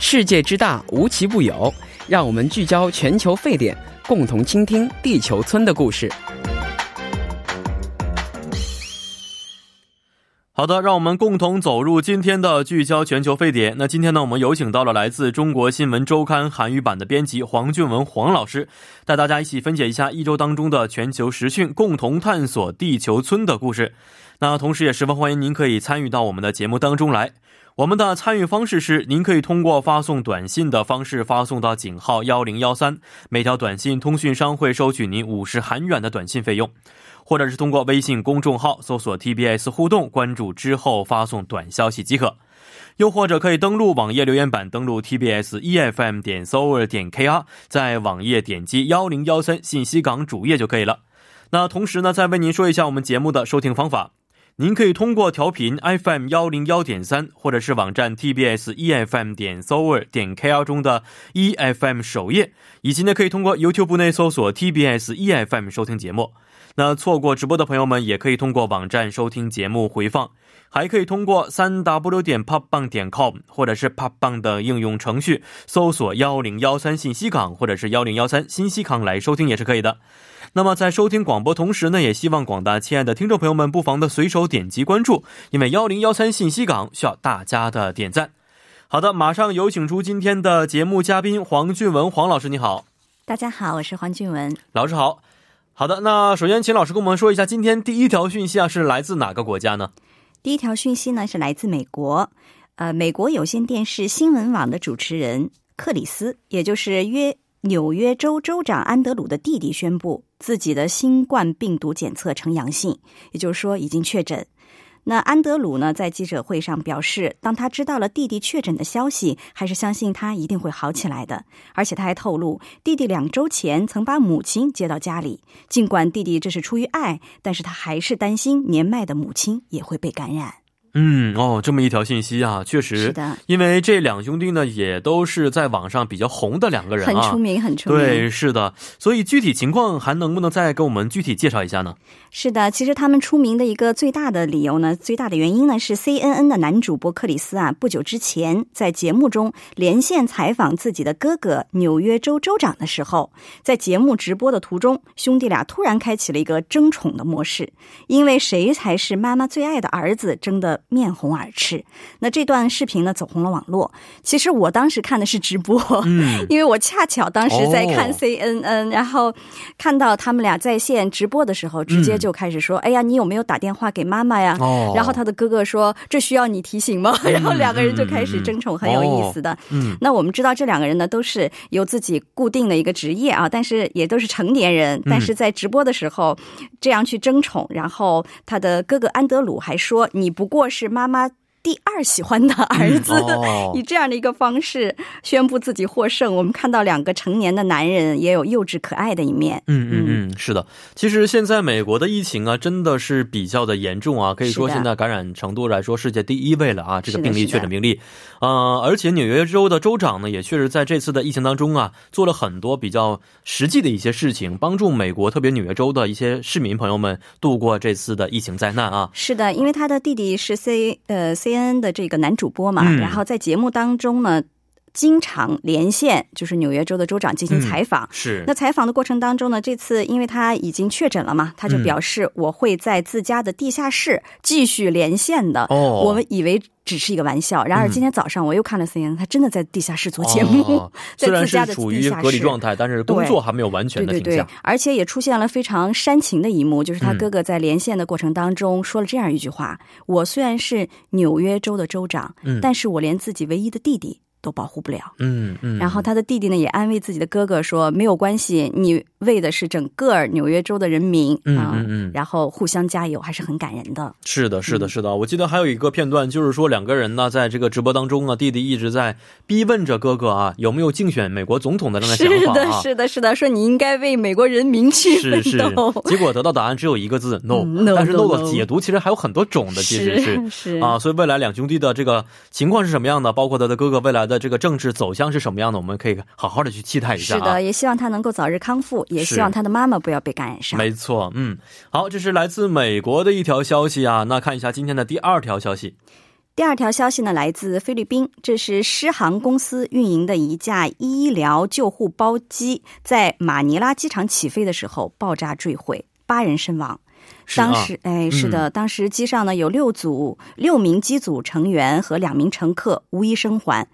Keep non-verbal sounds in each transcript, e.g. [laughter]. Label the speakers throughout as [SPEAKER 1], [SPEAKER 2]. [SPEAKER 1] 世界之大，无奇不有。让我们聚焦全球沸点，共同倾听地球村的故事。
[SPEAKER 2] 好的，让我们共同走入今天的聚焦全球沸点。那今天呢，我们有请到了来自中国新闻周刊韩语版的编辑黄俊文黄老师，带大家一起分解一下一周当中的全球时讯，共同探索地球村的故事。那同时也十分欢迎您可以参与到我们的节目当中来。我们的参与方式是，您可以通过发送短信的方式发送到井号幺零幺三，每条短信通讯商会收取您五十韩元的短信费用，或者是通过微信公众号搜索 TBS 互动，关注之后发送短消息即可。又或者可以登录网页留言板，登录 tbs efm 点 s o v e r 点 kr，在网页点击幺零幺三信息港主页就可以了。那同时呢，再为您说一下我们节目的收听方法。您可以通过调频 FM 幺零幺点三，或者是网站 TBS EFM 点 s o v e r 点 KR 中的 EFM 首页，以及呢可以通过 YouTube 内搜索 TBS EFM E 收听节目。那错过直播的朋友们，也可以通过网站收听节目回放，还可以通过三 W 点 popbang 点 com 或者是 popbang 的应用程序搜索幺零幺三信息港或者是幺零幺三新息港来收听也是可以的。那么在收听广播同时呢，也希望广大亲爱的听众朋友们不妨的随手点击关注，因为幺零幺三信息港需要大家的点赞。好的，马上有请出今天的节目嘉宾黄俊文，黄老师你好，
[SPEAKER 3] 大家好，我是黄俊文。
[SPEAKER 2] 老师好。好的，那首先请老师跟我们说一下，今天第一条讯息啊是来自哪个国家呢？
[SPEAKER 3] 第一条讯息呢是来自美国，呃，美国有线电视新闻网的主持人克里斯，也就是约纽约州州长安德鲁的弟弟，宣布自己的新冠病毒检测呈阳性，也就是说已经确诊。那安德鲁呢，在记者会上表示，当他知道了弟弟确诊的消息，还是相信他一定会好起来的。而且他还透露，弟弟两周前曾把母亲接到家里，尽管弟弟这是出于爱，但是他还是担心年迈的母亲也会被感染。
[SPEAKER 2] 嗯，哦，这么一条信息啊，确实
[SPEAKER 3] 是的，
[SPEAKER 2] 因为这两兄弟呢也都是在网上比较红的两个人
[SPEAKER 3] 很
[SPEAKER 2] 啊
[SPEAKER 3] 出。名，很出名。
[SPEAKER 2] 对，是的，所以具体情况还能不能再给我们具体介绍一下呢？
[SPEAKER 3] 是的，其实他们出名的一个最大的理由呢，最大的原因呢是 CNN 的男主播克里斯啊，不久之前在节目中连线采访自己的哥哥纽约州州长的时候，在节目直播的途中，兄弟俩突然开启了一个争宠的模式，因为谁才是妈妈最爱的儿子，争得面红耳赤。那这段视频呢走红了网络。其实我当时看的是直播，
[SPEAKER 2] [laughs] 嗯，
[SPEAKER 3] 因为我恰巧当时在看
[SPEAKER 2] 哦
[SPEAKER 3] CNN，、然后看到他们俩在线直播的时候，直接就开始说：“哎呀，你有没有打电话给妈妈呀？”
[SPEAKER 2] 哦，
[SPEAKER 3] [laughs] 然后他的哥哥说：“这需要你提
[SPEAKER 2] [laughs]
[SPEAKER 3] 醒吗？”然后两个人就开始争宠，很有意思的。
[SPEAKER 2] 嗯，
[SPEAKER 3] 那我们知道这两个人呢，都是有自己固定的一个职业啊，但是也都是成年人。但
[SPEAKER 2] 嗯
[SPEAKER 3] 是在直播的时候，这样去争宠，然后他的哥哥安德鲁还说：“你不过是妈妈第二喜欢的儿子。
[SPEAKER 2] 哦
[SPEAKER 3] 以这样的一个方式宣布自己获胜，我们看到两个成年的男人也有幼稚可爱的一面。
[SPEAKER 2] 嗯嗯嗯，是的。其实现在美国的疫情啊，真的是比较的严重啊，可以说
[SPEAKER 3] 是的
[SPEAKER 2] 现在感染程度来说，世界第一位了啊。这个
[SPEAKER 3] 是的
[SPEAKER 2] 病例
[SPEAKER 3] 是的
[SPEAKER 2] 确诊病例，呃，而且纽约州的州长呢，也确实在这次的疫情当中啊，做了很多比较实际的一些事情，帮助美国特别纽约州的一些市民朋友们度过这次的疫情灾难啊。
[SPEAKER 3] 是的，因为他的弟弟是 C 呃 C N 的这个男主播嘛、
[SPEAKER 2] 嗯
[SPEAKER 3] 然后在节目当中呢，经常连线就是纽约州的州长
[SPEAKER 2] 嗯
[SPEAKER 3] 进行采访。
[SPEAKER 2] 是
[SPEAKER 3] 那，采访的过程当中呢，这次因为他已经确诊了嘛，他就
[SPEAKER 2] 嗯
[SPEAKER 3] 表示我会在自家的地下室继续连线的。
[SPEAKER 2] 哦
[SPEAKER 3] 我们以为只是一个玩笑，然而
[SPEAKER 2] 嗯
[SPEAKER 3] 今天早上我又看了 CNN，他真的在地下室做节目，
[SPEAKER 2] 哦
[SPEAKER 3] 在
[SPEAKER 2] 虽然
[SPEAKER 3] 自
[SPEAKER 2] 是
[SPEAKER 3] 家的
[SPEAKER 2] 处
[SPEAKER 3] 地
[SPEAKER 2] 于
[SPEAKER 3] 下
[SPEAKER 2] 隔离
[SPEAKER 3] 室
[SPEAKER 2] 状态，但是工
[SPEAKER 3] 对
[SPEAKER 2] 作还没有完全的
[SPEAKER 3] 对
[SPEAKER 2] 停
[SPEAKER 3] 对对
[SPEAKER 2] 下。，
[SPEAKER 3] 而且也出现了非常煽情的一幕，就是他
[SPEAKER 2] 嗯
[SPEAKER 3] 哥哥在连线的过程当中说了这样一句话：“我虽然是纽约州的州长，
[SPEAKER 2] 嗯
[SPEAKER 3] 但是我连自己唯一的弟弟都保护不了。”
[SPEAKER 2] 嗯嗯。
[SPEAKER 3] 然后他的弟弟呢也安慰自己的哥哥说：“没有关系，你为的是整个纽约州的人民
[SPEAKER 2] 嗯
[SPEAKER 3] 啊。
[SPEAKER 2] 嗯嗯
[SPEAKER 3] 然后互相加油，还是很感人的。
[SPEAKER 2] 是的，
[SPEAKER 3] 嗯
[SPEAKER 2] 是的，是的。我记得还有一个片段，就是说两个人呢，在这个直播当中啊，弟弟一直在逼问着哥哥啊，有没有竞选美国总统的这样的
[SPEAKER 3] [laughs]
[SPEAKER 2] 想
[SPEAKER 3] 是
[SPEAKER 2] 法
[SPEAKER 3] 的，
[SPEAKER 2] 啊？
[SPEAKER 3] 是的，是的，说你应该为美国人民去
[SPEAKER 2] 是
[SPEAKER 3] 奋
[SPEAKER 2] 是
[SPEAKER 3] 斗。
[SPEAKER 2] 结果得到答案只有一个字 no，、
[SPEAKER 3] 嗯，no，
[SPEAKER 2] 但是
[SPEAKER 3] no，
[SPEAKER 2] 的
[SPEAKER 3] no
[SPEAKER 2] 解读其实还有很多种的，其实是。
[SPEAKER 3] 是
[SPEAKER 2] 啊，所以未来两兄弟的这个情况是什么样的？包括他的哥哥未来的这个政治走向是什么样的？我们可以好好的去期待一下
[SPEAKER 3] 是
[SPEAKER 2] 啊。
[SPEAKER 3] 的，也希望他能够早日康复，也
[SPEAKER 2] 是
[SPEAKER 3] 希望他的妈妈不要被感染上。
[SPEAKER 2] 没错，嗯，好，这是来自美国的一条消息啊。那看一下今天的第二条消息，
[SPEAKER 3] 第二条消息呢，来自菲律宾，这是狮航公司运营的一架医疗救护包机，在马尼拉机场起飞的时候爆炸坠毁，八人身亡。
[SPEAKER 2] 是啊
[SPEAKER 3] 当时，哎，是的，当时机上呢有六组六名机组成员和两名乘客无一生还。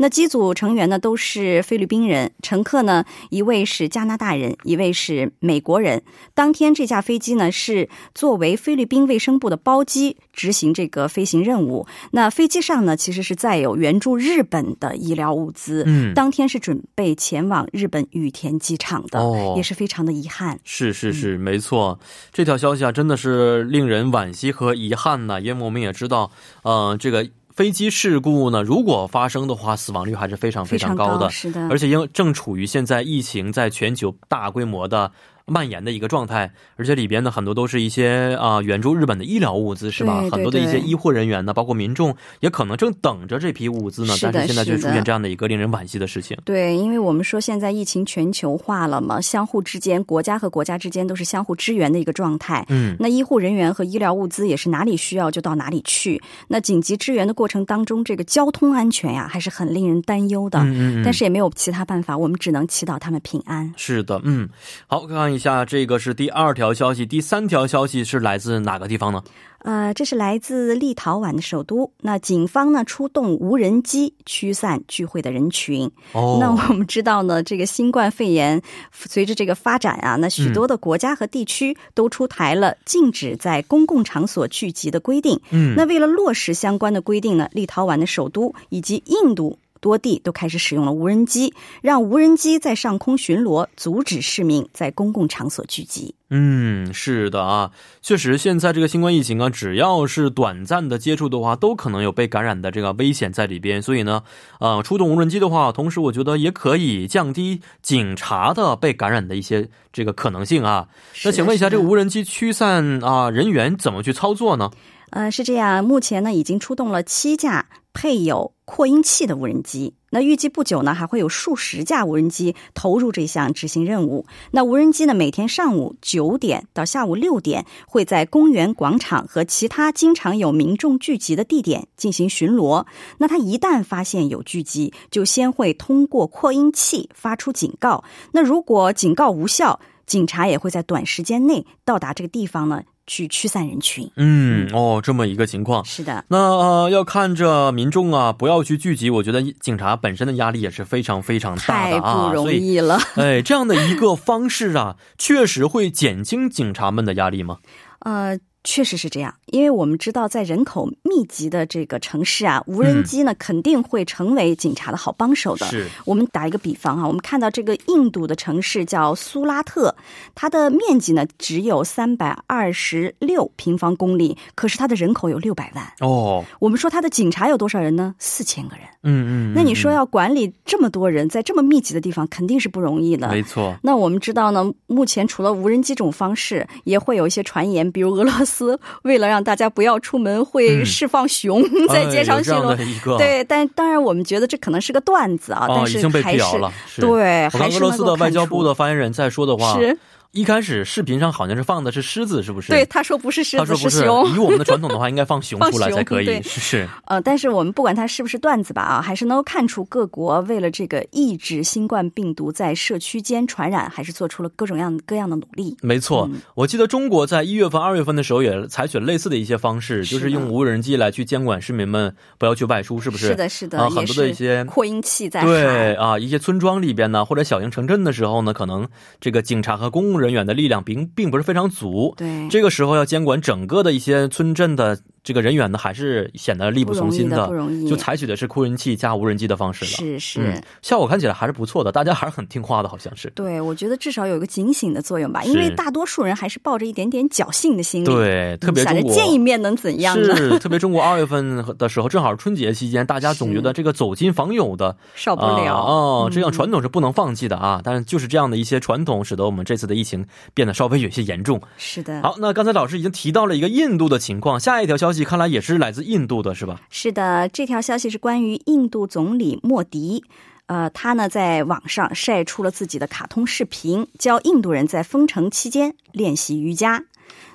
[SPEAKER 3] 那机组成员呢都是菲律宾人，乘客呢一位是加拿大人，一位是美国人。当天这架飞机呢是作为菲律宾卫生部的包机执行这个飞行任务。那飞机上呢其实是载有援助日本的医疗物资，
[SPEAKER 2] 嗯
[SPEAKER 3] 当天是准备前往日本羽田机场的，
[SPEAKER 2] 哦
[SPEAKER 3] 也是非常的遗憾。
[SPEAKER 2] 是是是，没错，这条消息啊，真的是令人惋惜和遗憾呐、因为我们也知道，呃，这个飞机事故呢，如果发生的话，死亡率还是非常非常高的，
[SPEAKER 3] 是的，
[SPEAKER 2] 而且因正处于现在疫情在全球大规模的蔓延的一个状态，而且里边呢很多都是一些啊、援助日本的医疗物资是吧？
[SPEAKER 3] 对对
[SPEAKER 2] 很多的一些
[SPEAKER 3] 对
[SPEAKER 2] 医护人员呢，包括民众也可能正等着这批物资呢，
[SPEAKER 3] 是的
[SPEAKER 2] 但是现在却
[SPEAKER 3] 是
[SPEAKER 2] 出
[SPEAKER 3] 的
[SPEAKER 2] 现这样的一个令人惋惜的事情。
[SPEAKER 3] 对，因为我们说现在疫情全球化了嘛，相互之间，国家和国家之间都是相互支援的一个状态。
[SPEAKER 2] 嗯，
[SPEAKER 3] 那医护人员和医疗物资也是哪里需要就到哪里去。那紧急支援的过程当中，这个交通安全呀、还是很令人担忧的。
[SPEAKER 2] 嗯嗯嗯
[SPEAKER 3] 但是也没有其他办法，我们只能祈祷他们平安。
[SPEAKER 2] 是的，嗯，好，看一下这个是第二条消息，第三条消息是来自哪个地方呢？
[SPEAKER 3] 呃，这是来自立陶宛的首都。那警方呢出动无人机驱散聚会的人群。
[SPEAKER 2] 哦，
[SPEAKER 3] 那我们知道呢，这个新冠肺炎 [laughs] 随着这个发展啊，那
[SPEAKER 2] 嗯
[SPEAKER 3] 许多的国家和地区都出台了禁止在公共场所聚集的规定。
[SPEAKER 2] 嗯，
[SPEAKER 3] 那为了落实相关的规定呢，立陶宛的首都以及印度。多地都开始使用了无人机，让无人机在上空巡逻，阻止市民在公共场所聚集。
[SPEAKER 2] 嗯，是的啊，确实，现在这个新冠疫情啊，只要是短暂的接触的话，都可能有被感染的这个危险在里边。所以呢，呃，出动无人机的话，同时我觉得也可以降低警察的被感染的一些这个可能性啊。那
[SPEAKER 3] 是的
[SPEAKER 2] 请问一下，
[SPEAKER 3] 是
[SPEAKER 2] 这
[SPEAKER 3] 的
[SPEAKER 2] 个无人机驱散啊、人员怎么去操作呢？嗯
[SPEAKER 3] 呃，是这样，目前呢已经出动了七架配有扩音器的无人机。那预计不久呢，还会有数十架无人机投入这项执行任务。那无人机呢，每天上午九点到下午六点，会在公园、广场和其他经常有民众聚集的地点进行巡逻。那它一旦发现有聚集，就先会通过扩音器发出警告。那如果警告无效，警察也会在短时间内到达这个地方呢，去驱散人群。
[SPEAKER 2] 嗯，哦，这么一个情况。
[SPEAKER 3] 是的，
[SPEAKER 2] 那呃，要看着民众啊，不要去聚集。我觉得警察本身的压力也是非常非常大的
[SPEAKER 3] 太
[SPEAKER 2] 啊，
[SPEAKER 3] 不容
[SPEAKER 2] 所以
[SPEAKER 3] 易了。
[SPEAKER 2] 哎，这样的一个方式啊，确实会减轻警察们的压力吗？
[SPEAKER 3] [laughs] 呃，确实是这样，因为我们知道，在人口密集的这个城市啊，无人机呢、肯定会成为警察的好帮手的。
[SPEAKER 2] 是，
[SPEAKER 3] 我们打一个比方啊，我们看到这个印度的城市叫苏拉特，它的面积呢只有三百二十六平方公里，可是它的人口有六百万。
[SPEAKER 2] 哦，
[SPEAKER 3] 我们说它的警察有多少人呢？四千个人。
[SPEAKER 2] 嗯嗯，
[SPEAKER 3] 那你说
[SPEAKER 2] 嗯
[SPEAKER 3] 要管理这么多人，在这么密集的地方，肯定是不容易的。
[SPEAKER 2] 嗯没错，
[SPEAKER 3] 那我们知道呢，目前除了无人机这种方式，也会有一些传言，比如俄罗斯 [laughs] 为了让大家不要出门，会
[SPEAKER 2] 嗯
[SPEAKER 3] 释放熊 [laughs] 在街
[SPEAKER 2] 哎
[SPEAKER 3] 上
[SPEAKER 2] 有
[SPEAKER 3] 巡
[SPEAKER 2] 这样
[SPEAKER 3] 逻。
[SPEAKER 2] 的一个，
[SPEAKER 3] 对，但当然我们觉得这可能是个段子啊，
[SPEAKER 2] 哦，
[SPEAKER 3] 但
[SPEAKER 2] 已
[SPEAKER 3] 是
[SPEAKER 2] 经被
[SPEAKER 3] 还
[SPEAKER 2] 辟
[SPEAKER 3] 是
[SPEAKER 2] 谣了。是，
[SPEAKER 3] 对，
[SPEAKER 2] 我
[SPEAKER 3] 还
[SPEAKER 2] 看俄
[SPEAKER 3] 是
[SPEAKER 2] 罗
[SPEAKER 3] 能
[SPEAKER 2] 斯
[SPEAKER 3] 够
[SPEAKER 2] 的
[SPEAKER 3] 看
[SPEAKER 2] 外交
[SPEAKER 3] 出
[SPEAKER 2] 部的发言人在说的话，
[SPEAKER 3] 是
[SPEAKER 2] 一开始视频上好像是放的是狮子，是不是？
[SPEAKER 3] 对，他说不是狮
[SPEAKER 2] 他
[SPEAKER 3] 子
[SPEAKER 2] 说不
[SPEAKER 3] 是
[SPEAKER 2] 是，
[SPEAKER 3] 熊，
[SPEAKER 2] 以我们的传统的话，应该放熊
[SPEAKER 3] [laughs] 放
[SPEAKER 2] 出来才
[SPEAKER 3] 熊
[SPEAKER 2] 可以，
[SPEAKER 3] 对
[SPEAKER 2] 是是。
[SPEAKER 3] 呃，但是我们不管它是不是段子吧啊，还是能够看出各国为了这个抑制新冠病毒在社区间传染，还是做出了各种样各样的努力。
[SPEAKER 2] 没错
[SPEAKER 3] 嗯，
[SPEAKER 2] 我记得中国在一月份、二月份的时候也采取了类似的一些方式，
[SPEAKER 3] 是
[SPEAKER 2] 就
[SPEAKER 3] 的
[SPEAKER 2] 是用无人机来去监管市民们不要去外出，是不是？
[SPEAKER 3] 是的，是的，
[SPEAKER 2] 啊
[SPEAKER 3] 也
[SPEAKER 2] 很多的一
[SPEAKER 3] 是
[SPEAKER 2] 些
[SPEAKER 3] 扩音器在喊
[SPEAKER 2] 对啊，一些村庄里边呢，或者小型城镇的时候呢，可能这个警察和公务人员的力量并并不是非常足。
[SPEAKER 3] 对，
[SPEAKER 2] 这个时候要监管整个的一些村镇的这个人员呢，还是显得力
[SPEAKER 3] 不
[SPEAKER 2] 不从
[SPEAKER 3] 容易
[SPEAKER 2] 心
[SPEAKER 3] 的，不容易，
[SPEAKER 2] 就采取的是扩音器加无人机的方式了。
[SPEAKER 3] 是是。
[SPEAKER 2] 嗯，效果看起来还是不错的，大家还是很听话的，好像是。
[SPEAKER 3] 对，我觉得至少有一个警醒的作用吧，因为
[SPEAKER 2] 是
[SPEAKER 3] 大多数人还是抱着一点点侥幸的心理，
[SPEAKER 2] 对，特别
[SPEAKER 3] 嗯想
[SPEAKER 2] 中
[SPEAKER 3] 着
[SPEAKER 2] 国
[SPEAKER 3] 见一面能怎样呢？
[SPEAKER 2] 是，特别中国二月份的时候，正好是春节期间，大家总觉得这个走亲访友的
[SPEAKER 3] [laughs] 少不
[SPEAKER 2] 啊
[SPEAKER 3] 了
[SPEAKER 2] 哦，这样
[SPEAKER 3] 嗯
[SPEAKER 2] 传统是不能放弃的啊。但是就是这样的一些传统，使得我们这次的疫情变得稍微有些严重。
[SPEAKER 3] 是的，
[SPEAKER 2] 好，那刚才老师已经提到了一个印度的情况，下一条消息看来也是来自印度的，是吧？
[SPEAKER 3] 是的，这条消息是关于印度总理莫迪。呃，他呢在网上晒出了自己的卡通视频，教印度人在封城期间练习瑜伽。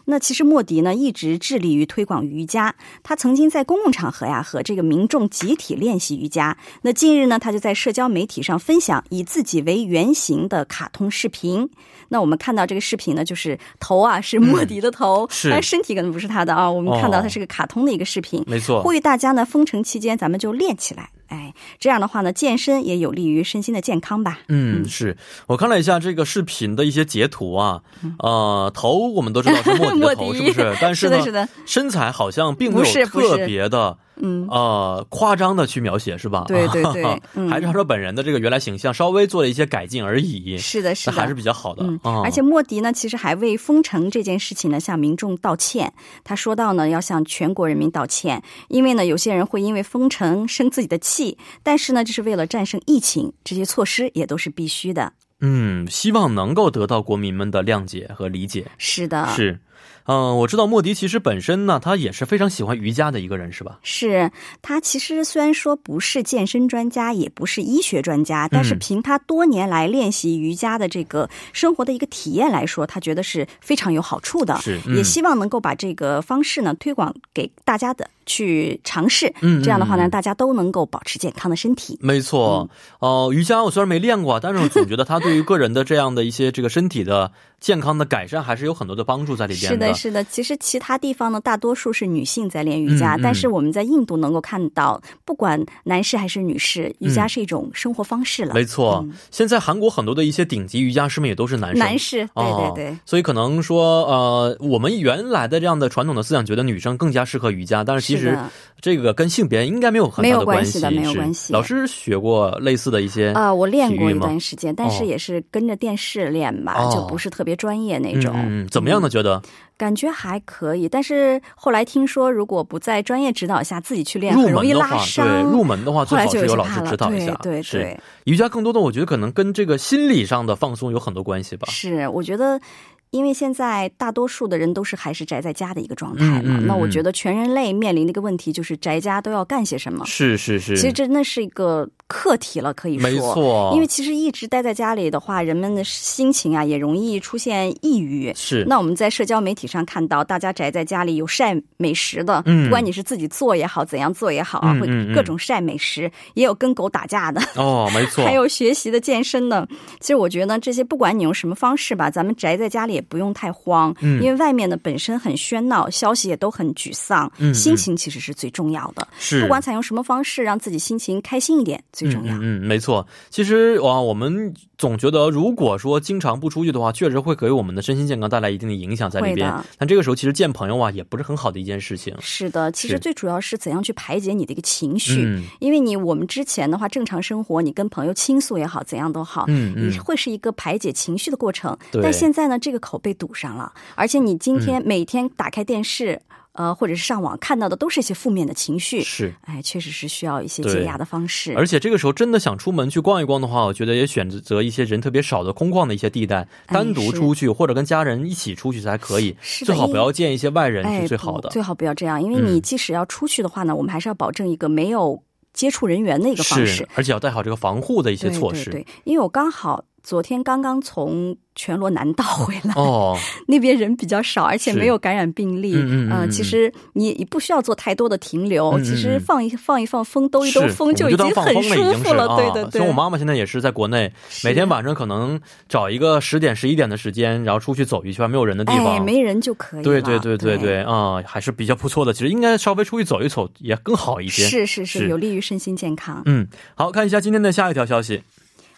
[SPEAKER 3] 那其实莫迪呢一直致力于推广瑜伽，他曾经在公共场合呀和这个民众集体练习瑜伽。那近日呢，他就在社交媒体上分享以自己为原型的卡通视频。那我们看到这个视频呢，就是头啊是莫迪的头，
[SPEAKER 2] 是
[SPEAKER 3] 但身体可能不是他的啊。我们看到它是个卡通的一个视频，
[SPEAKER 2] 没错
[SPEAKER 3] 呼吁大家呢封城期间咱们就练起来。哎，这样的话呢，健身也有利于身心的健康吧。
[SPEAKER 2] 嗯，是我看了一下这个视频的一些截图啊，呃，头我们都知道是莫迪的头，
[SPEAKER 3] 嗯 [laughs] 莫迪
[SPEAKER 2] 是不是？但是呢，
[SPEAKER 3] 是的是的
[SPEAKER 2] 身材好像并没有
[SPEAKER 3] 不是不是
[SPEAKER 2] 特别的，
[SPEAKER 3] 嗯
[SPEAKER 2] 呃，夸张的去描写，是吧？
[SPEAKER 3] 对对对
[SPEAKER 2] [laughs]
[SPEAKER 3] 嗯
[SPEAKER 2] 还是按照本人的这个原来形象稍微做了一些改进而已，
[SPEAKER 3] 是的，是
[SPEAKER 2] 那
[SPEAKER 3] 的，
[SPEAKER 2] 还是比较好的
[SPEAKER 3] 嗯，
[SPEAKER 2] 啊。
[SPEAKER 3] 而且莫迪呢，其实还为封城这件事情呢向民众道歉。他说到呢，要向全国人民道歉，因为呢，有些人会因为封城生自己的气，但是呢，这是为了战胜疫情，这些措施也都是必须的。
[SPEAKER 2] 嗯，希望能够得到国民们的谅解和理解。
[SPEAKER 3] 是的，
[SPEAKER 2] 是，嗯、我知道莫迪其实本身呢，他也是非常喜欢瑜伽的一个人，是吧？
[SPEAKER 3] 是他其实虽然说不是健身专家，也不是医学专家，但
[SPEAKER 2] 嗯
[SPEAKER 3] 是凭他多年来练习瑜伽的这个生活的一个体验来说，他觉得是非常有好处的。
[SPEAKER 2] 是嗯
[SPEAKER 3] 也希望能够把这个方式呢推广给大家的去尝试。
[SPEAKER 2] 嗯嗯
[SPEAKER 3] 这样的话
[SPEAKER 2] 嗯
[SPEAKER 3] 呢，大家都能够保持健康的身体。
[SPEAKER 2] 没错，
[SPEAKER 3] 嗯
[SPEAKER 2] 哦、瑜伽我虽然没练过啊，但是我总觉得它对于个人的这样的一些这个身体的健康的改善，还是有很多的帮助在里边
[SPEAKER 3] 是的，
[SPEAKER 2] 的。
[SPEAKER 3] 是的。其实其他地方呢，大多数是女性在练瑜伽，
[SPEAKER 2] 嗯嗯
[SPEAKER 3] 但是我们在印度能够看到，不管男士还是女士，瑜
[SPEAKER 2] 嗯
[SPEAKER 3] 伽是一种生活方式了。
[SPEAKER 2] 没错、现在韩国很多的一些顶级瑜伽师们也都是男生。
[SPEAKER 3] 嗯男士，对对对。
[SPEAKER 2] 哦，所以可能说，呃，我们原来的这样的传统的思想，觉得女生更加适合瑜伽，但是其
[SPEAKER 3] 是
[SPEAKER 2] 实
[SPEAKER 3] 的
[SPEAKER 2] 这个跟性别应该没有很
[SPEAKER 3] 没
[SPEAKER 2] 大
[SPEAKER 3] 有
[SPEAKER 2] 的
[SPEAKER 3] 关
[SPEAKER 2] 系，
[SPEAKER 3] 系的没有
[SPEAKER 2] 是
[SPEAKER 3] 关系
[SPEAKER 2] 老师学过类似的一些
[SPEAKER 3] 啊、我练过
[SPEAKER 2] 体育
[SPEAKER 3] 一
[SPEAKER 2] 吗
[SPEAKER 3] 段时间，但
[SPEAKER 2] 哦
[SPEAKER 3] 是也是跟着电视练吧，
[SPEAKER 2] 哦
[SPEAKER 3] 就不是特别专业那
[SPEAKER 2] 嗯
[SPEAKER 3] 种。
[SPEAKER 2] 嗯，嗯怎么样呢？觉得
[SPEAKER 3] 感觉还可以，但是后来听说，如果不在专业指导下自己去练，
[SPEAKER 2] 入
[SPEAKER 3] 很容
[SPEAKER 2] 门
[SPEAKER 3] 易
[SPEAKER 2] 的
[SPEAKER 3] 拉
[SPEAKER 2] 话，
[SPEAKER 3] 伤。
[SPEAKER 2] 对入门的话，
[SPEAKER 3] 后
[SPEAKER 2] 最
[SPEAKER 3] 来
[SPEAKER 2] 好
[SPEAKER 3] 就是
[SPEAKER 2] 有
[SPEAKER 3] 些
[SPEAKER 2] 老
[SPEAKER 3] 怕
[SPEAKER 2] 师
[SPEAKER 3] 了
[SPEAKER 2] 指导一下。
[SPEAKER 3] 对对
[SPEAKER 2] 是
[SPEAKER 3] 对，
[SPEAKER 2] 瑜伽更多的，我觉得可能跟这个心理上的放松有很多关系吧。
[SPEAKER 3] 是，我觉得。因为现在大多数的人都是还是宅在家的一个状态嘛，
[SPEAKER 2] 嗯嗯嗯
[SPEAKER 3] 那我
[SPEAKER 2] 嗯
[SPEAKER 3] 觉得全人类面临的一个问题就是宅家都要干些什么。
[SPEAKER 2] 是是是，
[SPEAKER 3] 其实真的是一个课题了，可以说，
[SPEAKER 2] 没错，
[SPEAKER 3] 因为其实一直待在家里的话，人们的心情啊也容易出现抑郁。
[SPEAKER 2] 是
[SPEAKER 3] 那我们在社交媒体上看到，大家宅在家里有晒美食的，
[SPEAKER 2] 嗯
[SPEAKER 3] 不管你是自己做也好，怎样做也好啊，
[SPEAKER 2] 嗯
[SPEAKER 3] 会
[SPEAKER 2] 嗯嗯
[SPEAKER 3] 各种晒美食，也有跟狗打架的，
[SPEAKER 2] 哦，没错，
[SPEAKER 3] 还有学习的、健身的。其实我觉得这些，不管你用什么方式吧，咱们宅在家里也不用太慌，
[SPEAKER 2] 嗯
[SPEAKER 3] 因为外面的本身很喧闹，消息也都很沮丧，
[SPEAKER 2] 嗯嗯
[SPEAKER 3] 心情其实是最重要的。
[SPEAKER 2] 是
[SPEAKER 3] 不管采用什么方式，让自己心情开心一点最重要。
[SPEAKER 2] 嗯嗯，嗯没错。其实啊，我们总觉得，如果说经常不出去的话，确实会给我们的身心健康带来一定的影响在里边
[SPEAKER 3] 会的。
[SPEAKER 2] 但这个时候，其实见朋友啊，也不是很好的一件事情。
[SPEAKER 3] 是的，其
[SPEAKER 2] 嗯是
[SPEAKER 3] 实最主要是怎样去排解你的一个情绪，
[SPEAKER 2] 嗯
[SPEAKER 3] 因为你我们之前的话，正常生活，你跟朋友倾诉也好，怎样都好，
[SPEAKER 2] 嗯
[SPEAKER 3] 你
[SPEAKER 2] 嗯，
[SPEAKER 3] 会是一个排解情绪的过程。
[SPEAKER 2] 对嗯
[SPEAKER 3] 但现在呢，这个口被堵上了，而且你今天每天打开电视，呃，或者是上网看到的都是一些负面的情绪，
[SPEAKER 2] 是。
[SPEAKER 3] 哎，确实是需要一些
[SPEAKER 2] 对
[SPEAKER 3] 解压的方式。
[SPEAKER 2] 而且这个时候真的想出门去逛一逛的话，我觉得也选择一些人特别少的空旷的一些地带，
[SPEAKER 3] 哎
[SPEAKER 2] 单独
[SPEAKER 3] 是
[SPEAKER 2] 出去或者跟家人一起出去才可以。
[SPEAKER 3] 是的
[SPEAKER 2] 最好不
[SPEAKER 3] 因为
[SPEAKER 2] 要见一些外人
[SPEAKER 3] 哎，
[SPEAKER 2] 是最好的嗯
[SPEAKER 3] 不。最好不要这样，因为你即使要出去的话呢，我们还是要保证一个没有接触人员的一个方式
[SPEAKER 2] 是。，而且要带好这个防护的一些
[SPEAKER 3] 对
[SPEAKER 2] 措
[SPEAKER 3] 对
[SPEAKER 2] 施。
[SPEAKER 3] 对，因为我刚好昨天刚刚从全罗南道回来， [laughs]
[SPEAKER 2] 哦，
[SPEAKER 3] 那边人比较少，而且
[SPEAKER 2] 是
[SPEAKER 3] 没有感染病例。
[SPEAKER 2] 嗯嗯嗯
[SPEAKER 3] 呃
[SPEAKER 2] 嗯
[SPEAKER 3] 其实你你不需要做太多的停留，
[SPEAKER 2] 嗯嗯嗯
[SPEAKER 3] 其实放一放一放风，兜一
[SPEAKER 2] 是，
[SPEAKER 3] 兜
[SPEAKER 2] 我
[SPEAKER 3] 风
[SPEAKER 2] 们就
[SPEAKER 3] 已
[SPEAKER 2] 当
[SPEAKER 3] 经
[SPEAKER 2] 放
[SPEAKER 3] 很
[SPEAKER 2] 风了，已
[SPEAKER 3] 舒
[SPEAKER 2] 经
[SPEAKER 3] 服
[SPEAKER 2] 是
[SPEAKER 3] 了。
[SPEAKER 2] 啊。
[SPEAKER 3] 对对对，
[SPEAKER 2] 像我妈妈现在也是在国内，每天晚上可能找一个十点十一点的时间，然后出去走一圈，没有人的地
[SPEAKER 3] 哎，
[SPEAKER 2] 方。
[SPEAKER 3] 没人就可以了。
[SPEAKER 2] 对对对对
[SPEAKER 3] 对
[SPEAKER 2] 对啊、还是比较不错的。其实应该稍微出去走一走也更好一些。
[SPEAKER 3] 是是
[SPEAKER 2] 是
[SPEAKER 3] 是，有利于身心健康。
[SPEAKER 2] 嗯，好看一下今天的下一条消息。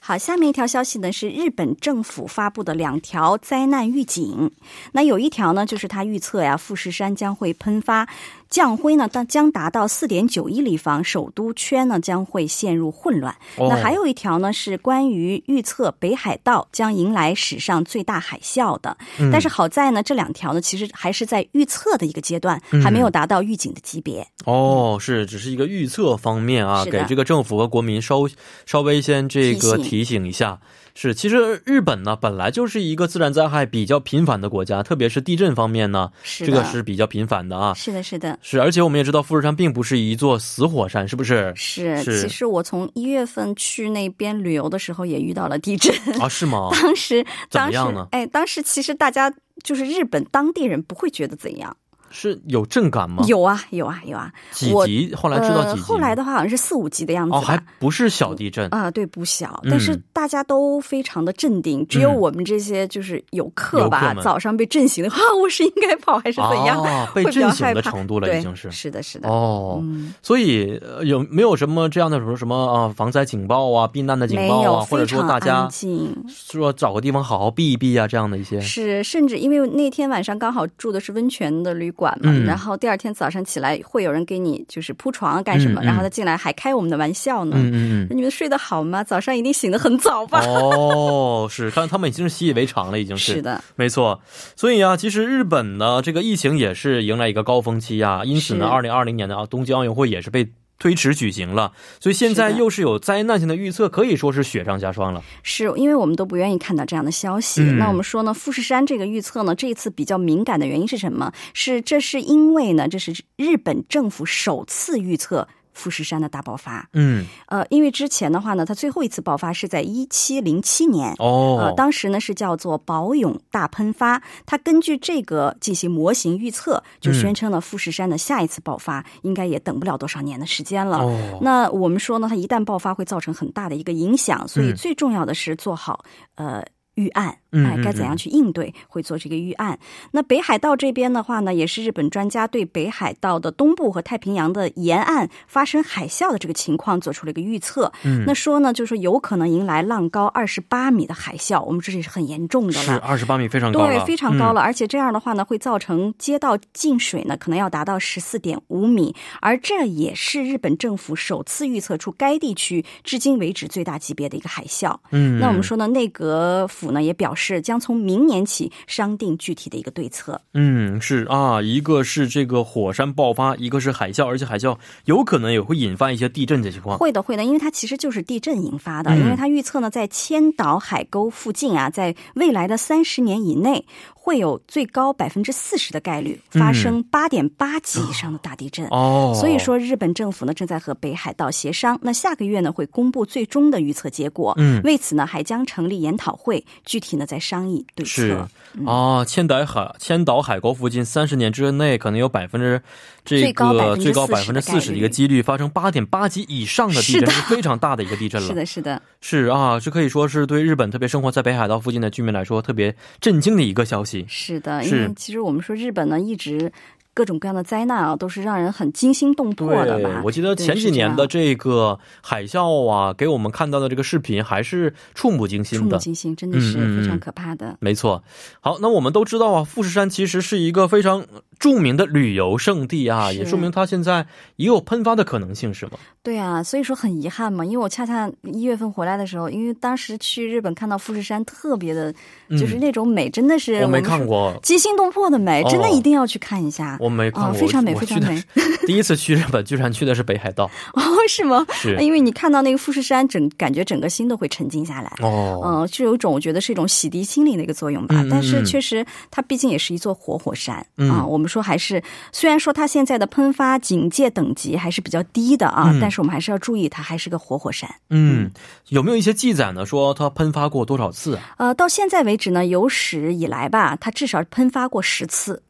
[SPEAKER 3] 好，下面一条消息呢是日本政府发布的两条灾难预警。那有一条呢，就是它预测呀，富士山将会喷发，降灰呢，但将达到四点九亿立方，首都圈呢将会陷入混乱。
[SPEAKER 2] 哦
[SPEAKER 3] 那还有一条呢，是关于预测北海道将迎来史上最大海啸的。
[SPEAKER 2] 嗯
[SPEAKER 3] 但是好在呢，这两条呢，其实还是在预测的一个阶段，
[SPEAKER 2] 嗯
[SPEAKER 3] 还没有达到预警的级别。
[SPEAKER 2] 哦，是，只是一个预测方面啊，
[SPEAKER 3] 是的
[SPEAKER 2] 给这个政府和国民稍稍微先这个
[SPEAKER 3] 提醒
[SPEAKER 2] 提醒一下。是，其实日本呢本来就是一个自然灾害比较频繁的国家，特别是地震方面呢，
[SPEAKER 3] 是
[SPEAKER 2] 这
[SPEAKER 3] 的，
[SPEAKER 2] 个是比较频繁的啊。
[SPEAKER 3] 是的，是的，
[SPEAKER 2] 是，而且我们也知道富士山并不是一座死火山，是不是？
[SPEAKER 3] 是，
[SPEAKER 2] 是
[SPEAKER 3] 其实我从一月份去那边旅游的时候也遇到了地震，
[SPEAKER 2] 啊，是吗？
[SPEAKER 3] [laughs] 当时
[SPEAKER 2] 怎
[SPEAKER 3] 当
[SPEAKER 2] 么
[SPEAKER 3] 时
[SPEAKER 2] 样呢
[SPEAKER 3] 哎，当时其实大家就是日本当地人不会觉得怎样，
[SPEAKER 2] 是有震感吗？
[SPEAKER 3] 有啊有啊有啊，
[SPEAKER 2] 几
[SPEAKER 3] 我
[SPEAKER 2] 级？后来知道
[SPEAKER 3] 呃，
[SPEAKER 2] 几级？
[SPEAKER 3] 后来的话好像是四五级的样子吧。
[SPEAKER 2] 哦，还不是小地震。
[SPEAKER 3] 啊、对，不小，
[SPEAKER 2] 嗯
[SPEAKER 3] 但是大家都非常的镇定，只有
[SPEAKER 2] 嗯
[SPEAKER 3] 我们这些就是游客
[SPEAKER 2] 游
[SPEAKER 3] 吧，
[SPEAKER 2] 客们
[SPEAKER 3] 早上被震醒的话， [laughs] 我是应该跑还是怎样？
[SPEAKER 2] 啊，被
[SPEAKER 3] 会比较
[SPEAKER 2] 震醒
[SPEAKER 3] 害
[SPEAKER 2] 的
[SPEAKER 3] 怕
[SPEAKER 2] 程度了，
[SPEAKER 3] 对
[SPEAKER 2] 已经是。
[SPEAKER 3] 是的，是的，
[SPEAKER 2] 哦，
[SPEAKER 3] 嗯，
[SPEAKER 2] 所以呃有没有什么这样的什么什么啊防灾警报啊、避难的警
[SPEAKER 3] 没
[SPEAKER 2] 报
[SPEAKER 3] 有，
[SPEAKER 2] 啊，或者
[SPEAKER 3] 非
[SPEAKER 2] 说
[SPEAKER 3] 常
[SPEAKER 2] 大
[SPEAKER 3] 安
[SPEAKER 2] 家
[SPEAKER 3] 静。
[SPEAKER 2] 说找个地方好好避一避啊，这样的一些
[SPEAKER 3] 是，甚至因为那天晚上刚好住的是温泉的旅馆嘛，
[SPEAKER 2] 嗯
[SPEAKER 3] 然后第二天早上起来会有人给你就是铺床干什么，
[SPEAKER 2] 嗯嗯
[SPEAKER 3] 然后他进来还开我们的玩笑呢。
[SPEAKER 2] 嗯嗯嗯。
[SPEAKER 3] 你们睡得好吗？早上一定醒得很早吧？
[SPEAKER 2] 哦，是，看他们已经是习以为常了，已经
[SPEAKER 3] 是的，
[SPEAKER 2] 没错，所以啊，其实日本呢，这个疫情也是迎来一个高峰期啊，因此呢，二零二零年的啊东京奥运会也是被推迟举行了，所以现在
[SPEAKER 3] 是的
[SPEAKER 2] 又是有灾难性的预测，可以说是雪上加霜了。
[SPEAKER 3] 是因为我们都不愿意看到这样的消息。
[SPEAKER 2] 嗯
[SPEAKER 3] 那我们说呢，富士山这个预测呢，这一次比较敏感的原因是什么？是这是因为呢，这是日本政府首次预测富士山的大爆发。
[SPEAKER 2] 嗯，
[SPEAKER 3] 呃，因为之前的话呢，它最后一次爆发是在一七零七年。
[SPEAKER 2] 哦，
[SPEAKER 3] 呃，当时呢是叫做宝永大喷发，它根据这个进行模型预测，
[SPEAKER 2] 嗯
[SPEAKER 3] 就宣称了富士山的下一次爆发、应该也等不了多少年的时间了。
[SPEAKER 2] 哦，
[SPEAKER 3] 那我们说呢，它一旦爆发会造成很大的一个影响，所以
[SPEAKER 2] 嗯
[SPEAKER 3] 最重要的是做好、呃预案，
[SPEAKER 2] 嗯
[SPEAKER 3] 哎
[SPEAKER 2] 嗯，
[SPEAKER 3] 该怎样去应对，会做这个预案。那北海道这边的话呢，也是日本专家对北海道的东部和太平洋的沿岸发生海啸的这个情况做出了一个预测。
[SPEAKER 2] 嗯
[SPEAKER 3] 那说呢，就是说有可能迎来浪高二十八米的海啸，我们这是很严重的
[SPEAKER 2] 是
[SPEAKER 3] 了。
[SPEAKER 2] 二十八米，非常高
[SPEAKER 3] 对
[SPEAKER 2] 了，，
[SPEAKER 3] 非常高
[SPEAKER 2] 嗯
[SPEAKER 3] 了，而且这样的话呢，会造成街道进水呢，可能要达到十四点五米，而这也是日本政府首次预测出该地区至今为止最大级别的一个海啸。
[SPEAKER 2] 嗯，
[SPEAKER 3] 那我们说呢，内阁府呢也表示，将从明年起商定具体的一个对策。
[SPEAKER 2] 嗯，是啊，一个是这个火山爆发，一个是海啸，而且海啸有可能也会引发一些地震的情况。
[SPEAKER 3] 会的，会的，因为它其实就是地震引发的，
[SPEAKER 2] 嗯
[SPEAKER 3] 因为它预测呢，在千岛海沟附近啊，在未来的三十年以内，会有最高百分之四十的概率发生八点八级以上的大地震。
[SPEAKER 2] 嗯哦，
[SPEAKER 3] 所以，说，日本政府呢正在和北海道协商，那下个月呢会公布最终的预测结果。
[SPEAKER 2] 嗯
[SPEAKER 3] 为此呢还将成立研讨会，具体呢再商议对
[SPEAKER 2] 是
[SPEAKER 3] 策。
[SPEAKER 2] 啊，千岛海千岛海沟附近三十年之内可能有百分之这
[SPEAKER 3] 最高
[SPEAKER 2] 个
[SPEAKER 3] 40%
[SPEAKER 2] 最高百分之四十
[SPEAKER 3] 的概率
[SPEAKER 2] 的一个几率发生八点八级以上的地
[SPEAKER 3] 是
[SPEAKER 2] 震，
[SPEAKER 3] 的
[SPEAKER 2] 是非常大的一个地震了。
[SPEAKER 3] 是的，是的，
[SPEAKER 2] 是啊，这可以说是对日本特别生活在北海道附近的居民来说特别震惊的一个消息。
[SPEAKER 3] 是的。因
[SPEAKER 2] 是
[SPEAKER 3] 为其实我们说日本呢一直各种各样的灾难啊，都是让人很惊心动魄的吧。
[SPEAKER 2] 我记得前几年的这个海啸啊，给我们看到的这个视频还是触目惊
[SPEAKER 3] 触
[SPEAKER 2] 心
[SPEAKER 3] 目
[SPEAKER 2] 的。
[SPEAKER 3] 惊心，真的
[SPEAKER 2] 嗯嗯
[SPEAKER 3] 是
[SPEAKER 2] 嗯
[SPEAKER 3] 非常可怕的。
[SPEAKER 2] 没错，好，那我们都知道啊，富士山其实是一个非常著名的旅游胜地啊，
[SPEAKER 3] 是
[SPEAKER 2] 也说明它现在也有喷发的可能性，是吗？
[SPEAKER 3] 对啊，所以说很遗憾嘛，因为我恰恰一月份回来的时候，因为当时去日本看到富士山，特别的，就是那种美，真的是
[SPEAKER 2] 嗯我没
[SPEAKER 3] 们说
[SPEAKER 2] 看过，
[SPEAKER 3] 惊心动魄的美，
[SPEAKER 2] 哦
[SPEAKER 3] 真的一定要去看一下。
[SPEAKER 2] 我没看过，
[SPEAKER 3] 啊非常美
[SPEAKER 2] 我
[SPEAKER 3] 非常。
[SPEAKER 2] 我去的是第一次去日本，居然去的是北海道，
[SPEAKER 3] 哦，是吗？ [laughs]
[SPEAKER 2] 是
[SPEAKER 3] 因为你看到那个富士山，整感觉整个心都会沉静下来。
[SPEAKER 2] 哦，
[SPEAKER 3] 嗯、就有一种我觉得是一种洗涤心灵的一个作用吧。
[SPEAKER 2] 嗯嗯
[SPEAKER 3] 但是
[SPEAKER 2] 嗯
[SPEAKER 3] 确实，它毕竟也是一座活火山啊、
[SPEAKER 2] 嗯
[SPEAKER 3] 我们说还是，虽然说它现在的喷发警戒等级还是比较低的啊，
[SPEAKER 2] 嗯
[SPEAKER 3] 但是我们还是要注意，它还是个活火山。
[SPEAKER 2] 嗯，有没有一些记载呢？说它喷发过多少次啊？
[SPEAKER 3] 呃，到现在为止呢，有史以来吧，它至少喷发过十次。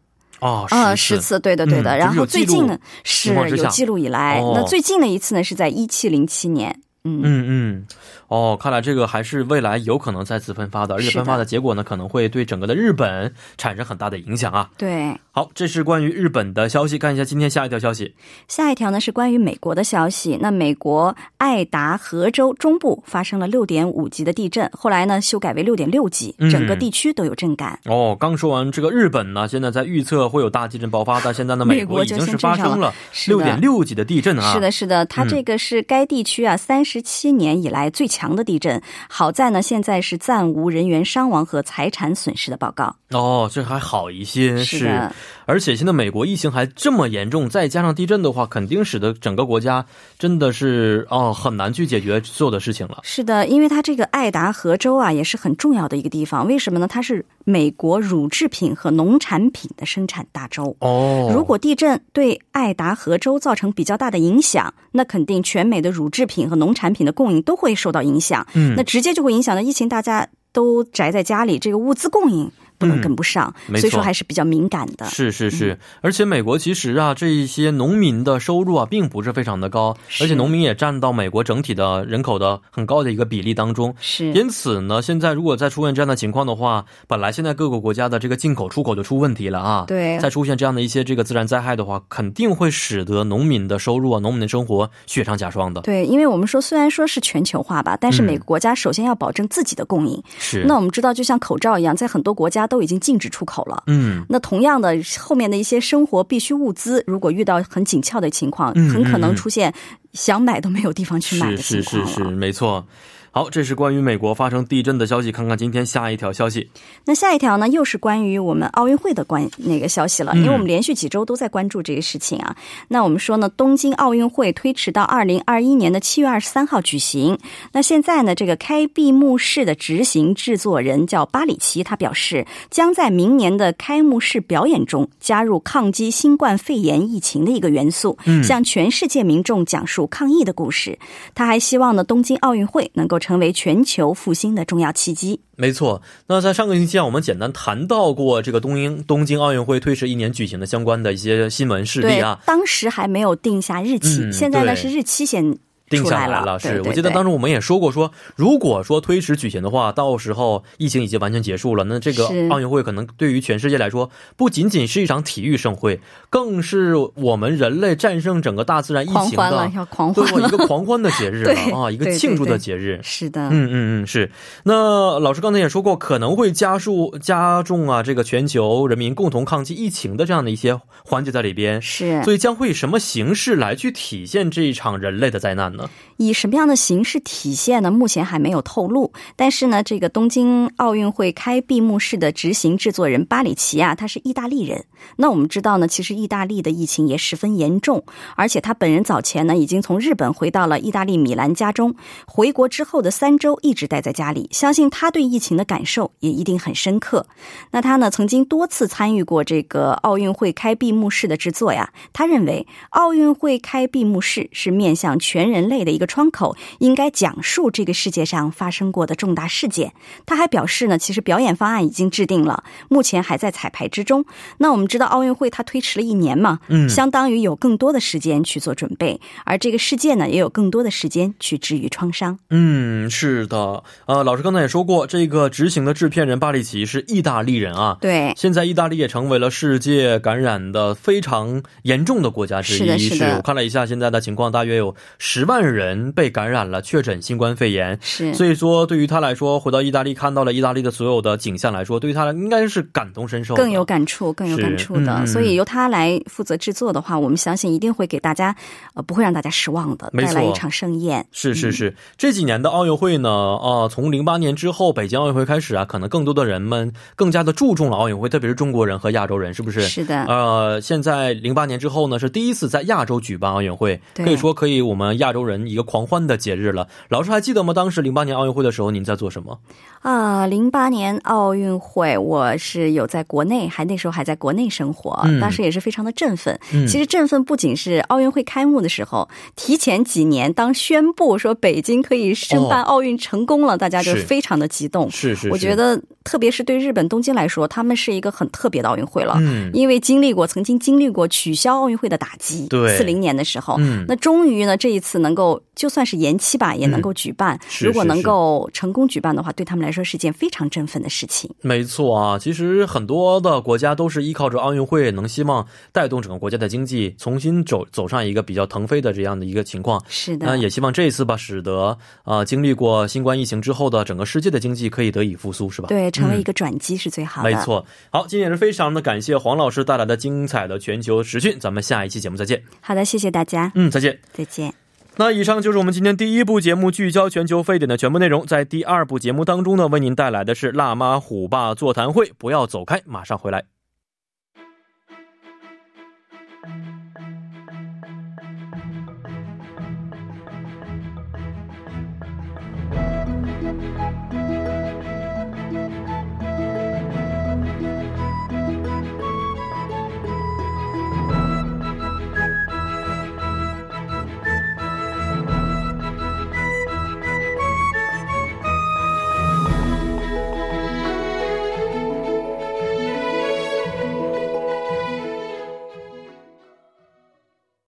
[SPEAKER 2] 哦，
[SPEAKER 3] 嗯，
[SPEAKER 2] 十
[SPEAKER 3] 十次，对的，对的。
[SPEAKER 2] 嗯
[SPEAKER 3] 然
[SPEAKER 2] 就
[SPEAKER 3] 后
[SPEAKER 2] 是有
[SPEAKER 3] 最
[SPEAKER 2] 记录
[SPEAKER 3] 近呢，是
[SPEAKER 2] 情况之下
[SPEAKER 3] 有记录以来，
[SPEAKER 2] 哦
[SPEAKER 3] 那最近的一次呢是在一七零七年。嗯，
[SPEAKER 2] 嗯嗯，哦，看来这个还是未来有可能再次喷发的，而且
[SPEAKER 3] 是的
[SPEAKER 2] 喷发的结果呢，可能会对整个的日本产生很大的影响啊。
[SPEAKER 3] 对。
[SPEAKER 2] 好，这是关于日本的消息，看一下今天下一条消息。
[SPEAKER 3] 下一条呢是关于美国的消息。那美国爱达荷州中部发生了六点五级的地震，后来呢修改为六点六级
[SPEAKER 2] 嗯，
[SPEAKER 3] 整个地区都有震感。
[SPEAKER 2] 哦，刚说完这个日本呢，现在在预测会有大地震爆发，但现在呢，美国已经是发生了
[SPEAKER 3] 是
[SPEAKER 2] 六
[SPEAKER 3] 的
[SPEAKER 2] 点六级的地震啊。
[SPEAKER 3] 是的，，是的，它这个是该地区啊三十七年以来最强的地震。好在呢，现在是暂无人员伤亡和财产损失的报告。
[SPEAKER 2] 哦，这还好一些，
[SPEAKER 3] 的，
[SPEAKER 2] 而且现在美国疫情还这么严重，再加上地震的话，肯定使得整个国家真的是哦很难去解决所有的事情了。
[SPEAKER 3] 是的，因为它这个爱达荷州啊，也是很重要的一个地方。为什么呢？它是美国乳制品和农产品的生产大州。
[SPEAKER 2] 哦
[SPEAKER 3] 如果地震对爱达荷州造成比较大的影响，那肯定全美的乳制品和农产品的供应都会受到影响。
[SPEAKER 2] 嗯
[SPEAKER 3] 那直接就会影响到疫情，大家都宅在家里，这个物资供应不能跟不上，
[SPEAKER 2] 嗯没错
[SPEAKER 3] 所以说还是比较敏感的。嗯
[SPEAKER 2] 是是是，而且美国其实啊，这一些农民的收入啊，并不是非常的高，
[SPEAKER 3] 是
[SPEAKER 2] 而且农民也占到美国整体的人口的很高的一个比例当中。
[SPEAKER 3] 是
[SPEAKER 2] 因此呢，现在如果再出现这样的情况的话，本来现在各个国家的这个进口出口就出问题了啊。
[SPEAKER 3] 对
[SPEAKER 2] 再出现这样的一些这个自然灾害的话，肯定会使得农民的收入啊、农民的生活雪上加霜的。
[SPEAKER 3] 对，因为我们说虽然说是全球化吧，但是
[SPEAKER 2] 嗯
[SPEAKER 3] 每个国家首先要保证自己的供应。
[SPEAKER 2] 是，
[SPEAKER 3] 那我们知道，就像口罩一样，在很多国家都已经禁止出口了。
[SPEAKER 2] 嗯，
[SPEAKER 3] 那同样的，后面的一些生活必需物资，如果遇到很紧俏的情况，
[SPEAKER 2] 嗯
[SPEAKER 3] 很可
[SPEAKER 2] 嗯
[SPEAKER 3] 能
[SPEAKER 2] 嗯
[SPEAKER 3] 出现想买都没有地方去买
[SPEAKER 2] 是
[SPEAKER 3] 的情
[SPEAKER 2] 是
[SPEAKER 3] 况
[SPEAKER 2] 是
[SPEAKER 3] 了。
[SPEAKER 2] 是，没错。好，这是关于美国发生地震的消息。看看今天下一条消息。
[SPEAKER 3] 那下一条呢，又是关于我们奥运会的关那个消息了，因为
[SPEAKER 2] 嗯
[SPEAKER 3] 我们连续几周都在关注这个事情啊。那我们说呢，东京奥运会推迟到二零二一年的七月二十三号举行。那现在呢，这个开闭幕式的执行制作人叫巴里奇，他表示将在明年的开幕式表演中加入抗击新冠肺炎疫情的一个元素，向全世界民众讲述抗疫的故事。他还希望呢，东京奥运会能够成为全球复兴的重要契机。
[SPEAKER 2] 没错，那在上个星期啊，我们简单谈到过这个东英东京奥运会推迟一年举行的相关的一些新闻事例
[SPEAKER 3] 对，
[SPEAKER 2] 啊，
[SPEAKER 3] 当时还没有定下日期，
[SPEAKER 2] 嗯
[SPEAKER 3] 现在
[SPEAKER 2] 对
[SPEAKER 3] 呢是日期先
[SPEAKER 2] 定
[SPEAKER 3] 出
[SPEAKER 2] 下
[SPEAKER 3] 来
[SPEAKER 2] 来
[SPEAKER 3] 了。
[SPEAKER 2] 是
[SPEAKER 3] 对对
[SPEAKER 2] 我记得
[SPEAKER 3] 对
[SPEAKER 2] 当时我们也说过说，如果说推迟举行的话，到时候疫情已经完全结束了，那这个
[SPEAKER 3] 是
[SPEAKER 2] 奥运会可能对于全世界来说，不仅仅是一场体育盛会，更是我们人类战胜整个大自然疫
[SPEAKER 3] 狂
[SPEAKER 2] 情
[SPEAKER 3] 欢了
[SPEAKER 2] 的，，
[SPEAKER 3] 要狂欢
[SPEAKER 2] 对
[SPEAKER 3] 了。
[SPEAKER 2] 一个狂欢的节日
[SPEAKER 3] [laughs]
[SPEAKER 2] 了
[SPEAKER 3] 对
[SPEAKER 2] 啊，一个
[SPEAKER 3] 对对
[SPEAKER 2] 庆祝的
[SPEAKER 3] 对
[SPEAKER 2] 节日。
[SPEAKER 3] 是的，
[SPEAKER 2] 嗯嗯嗯，是。那老师刚才也说过，可能会加速加重啊这个全球人民共同抗击疫情的这样的一些环节在里边。
[SPEAKER 3] 是
[SPEAKER 2] 所以将会以什么形式来去体现这一场人类的灾难呢？
[SPEAKER 3] 以什么样的形式体现呢？目前还没有透露。但是呢，这个东京奥运会开闭幕式的执行制作人巴里奇啊，他是意大利人。那我们知道呢，其实意大利的疫情也十分严重，而且他本人早前呢已经从日本回到了意大利米兰家中。回国之后的三周一直待在家里，相信他对疫情的感受也一定很深刻。那他呢曾经多次参与过这个奥运会开闭幕式的制作呀。他认为奥运会开闭幕式是面向全人类的一个窗口，应该讲述这个世界上发生过的重大事件。他还表示呢，其实表演方案已经制定了，目前还在彩排之中。那我们知道奥运会它推迟了一年嘛，嗯，相当于有更多的时间去做准备，而这个世界呢也有更多的时间去治愈创伤。
[SPEAKER 2] 嗯，是的，呃，老师刚才也说过，这个执行的制片人巴里奇是意大利人啊。
[SPEAKER 3] 对，
[SPEAKER 2] 现在意大利也成为了世界感染的非常严重的国家之一。
[SPEAKER 3] 是的是的
[SPEAKER 2] 我看了一下现在的情况，大约有十万人被感染了，确诊新冠肺炎。
[SPEAKER 3] 是，
[SPEAKER 2] 所以说，对于他来说，回到意大利看到了意大利的所有的景象来说，对于他来应该是感同身受的，
[SPEAKER 3] 更有感触，更有感触的。
[SPEAKER 2] 嗯嗯
[SPEAKER 3] 所以由他来负责制作的话，我们相信一定会给大家，呃，不会让大家失望的，
[SPEAKER 2] 没错
[SPEAKER 3] 带来一场盛宴。
[SPEAKER 2] 是是是，
[SPEAKER 3] 嗯
[SPEAKER 2] 这几年的奥运会呢，啊、从零八年之后北京奥运会开始啊，可能更多的人们更加的注重了奥运会，特别是中国人和亚洲人，是不是？
[SPEAKER 3] 是的
[SPEAKER 2] 呃，现在零八年之后呢，是第一次在亚洲举办奥运会，
[SPEAKER 3] 对
[SPEAKER 2] 可以说可以我们亚洲人一个狂欢的节日了。老师还记得吗？当时零八年奥运会的时候，您在做什么？
[SPEAKER 3] 啊，零八年奥运会，我是有在国内，还那时候还在国内生活，
[SPEAKER 2] 嗯
[SPEAKER 3] 当时也是非常的振奋。
[SPEAKER 2] 嗯
[SPEAKER 3] 其实振奋不仅是奥运会开幕的时候，提前几年当宣布说北京可以申办
[SPEAKER 2] 哦
[SPEAKER 3] 奥运成功了，大家就是非常的激动。
[SPEAKER 2] 是是是
[SPEAKER 3] 我觉，得，特别是对日本东京来说，他们是一个很特别的奥运会了。
[SPEAKER 2] 嗯，
[SPEAKER 3] 因为经历过曾经经历过取消奥运会的打击，
[SPEAKER 2] 对
[SPEAKER 3] 四零年的时候、
[SPEAKER 2] 嗯
[SPEAKER 3] 那终于呢这一次能够就算是延期吧，也能够举办、
[SPEAKER 2] 是
[SPEAKER 3] 如
[SPEAKER 2] 嗯
[SPEAKER 3] 果
[SPEAKER 2] 是
[SPEAKER 3] 能
[SPEAKER 2] 是
[SPEAKER 3] 够成功举办的话，对他们来说是一件非常振奋的事情。
[SPEAKER 2] 没错啊，其实很多的国家都是依靠着奥运会，能希望带动整个国家的经济重新走走上一个比较腾飞的这样的一个情况。
[SPEAKER 3] 是的，
[SPEAKER 2] 那也希望这一次吧，使得啊、经历过新冠疫情之后的整个世界的经济可以得以复苏，是吧？，
[SPEAKER 3] 对，成为一个转机是最好
[SPEAKER 2] 嗯
[SPEAKER 3] 的。
[SPEAKER 2] 没错。好，今天也是非常的感谢黄老师带来的精彩的全球时讯，咱们下一期节目再见。
[SPEAKER 3] 好的，谢谢大家，
[SPEAKER 2] 嗯，再见。
[SPEAKER 3] 再见。
[SPEAKER 2] 那以上就是我们今天第一部节目聚焦全球沸点的全部内容，在第二部节目当中呢，为您带来的是辣妈虎爸座谈会，不要走开，马上回来。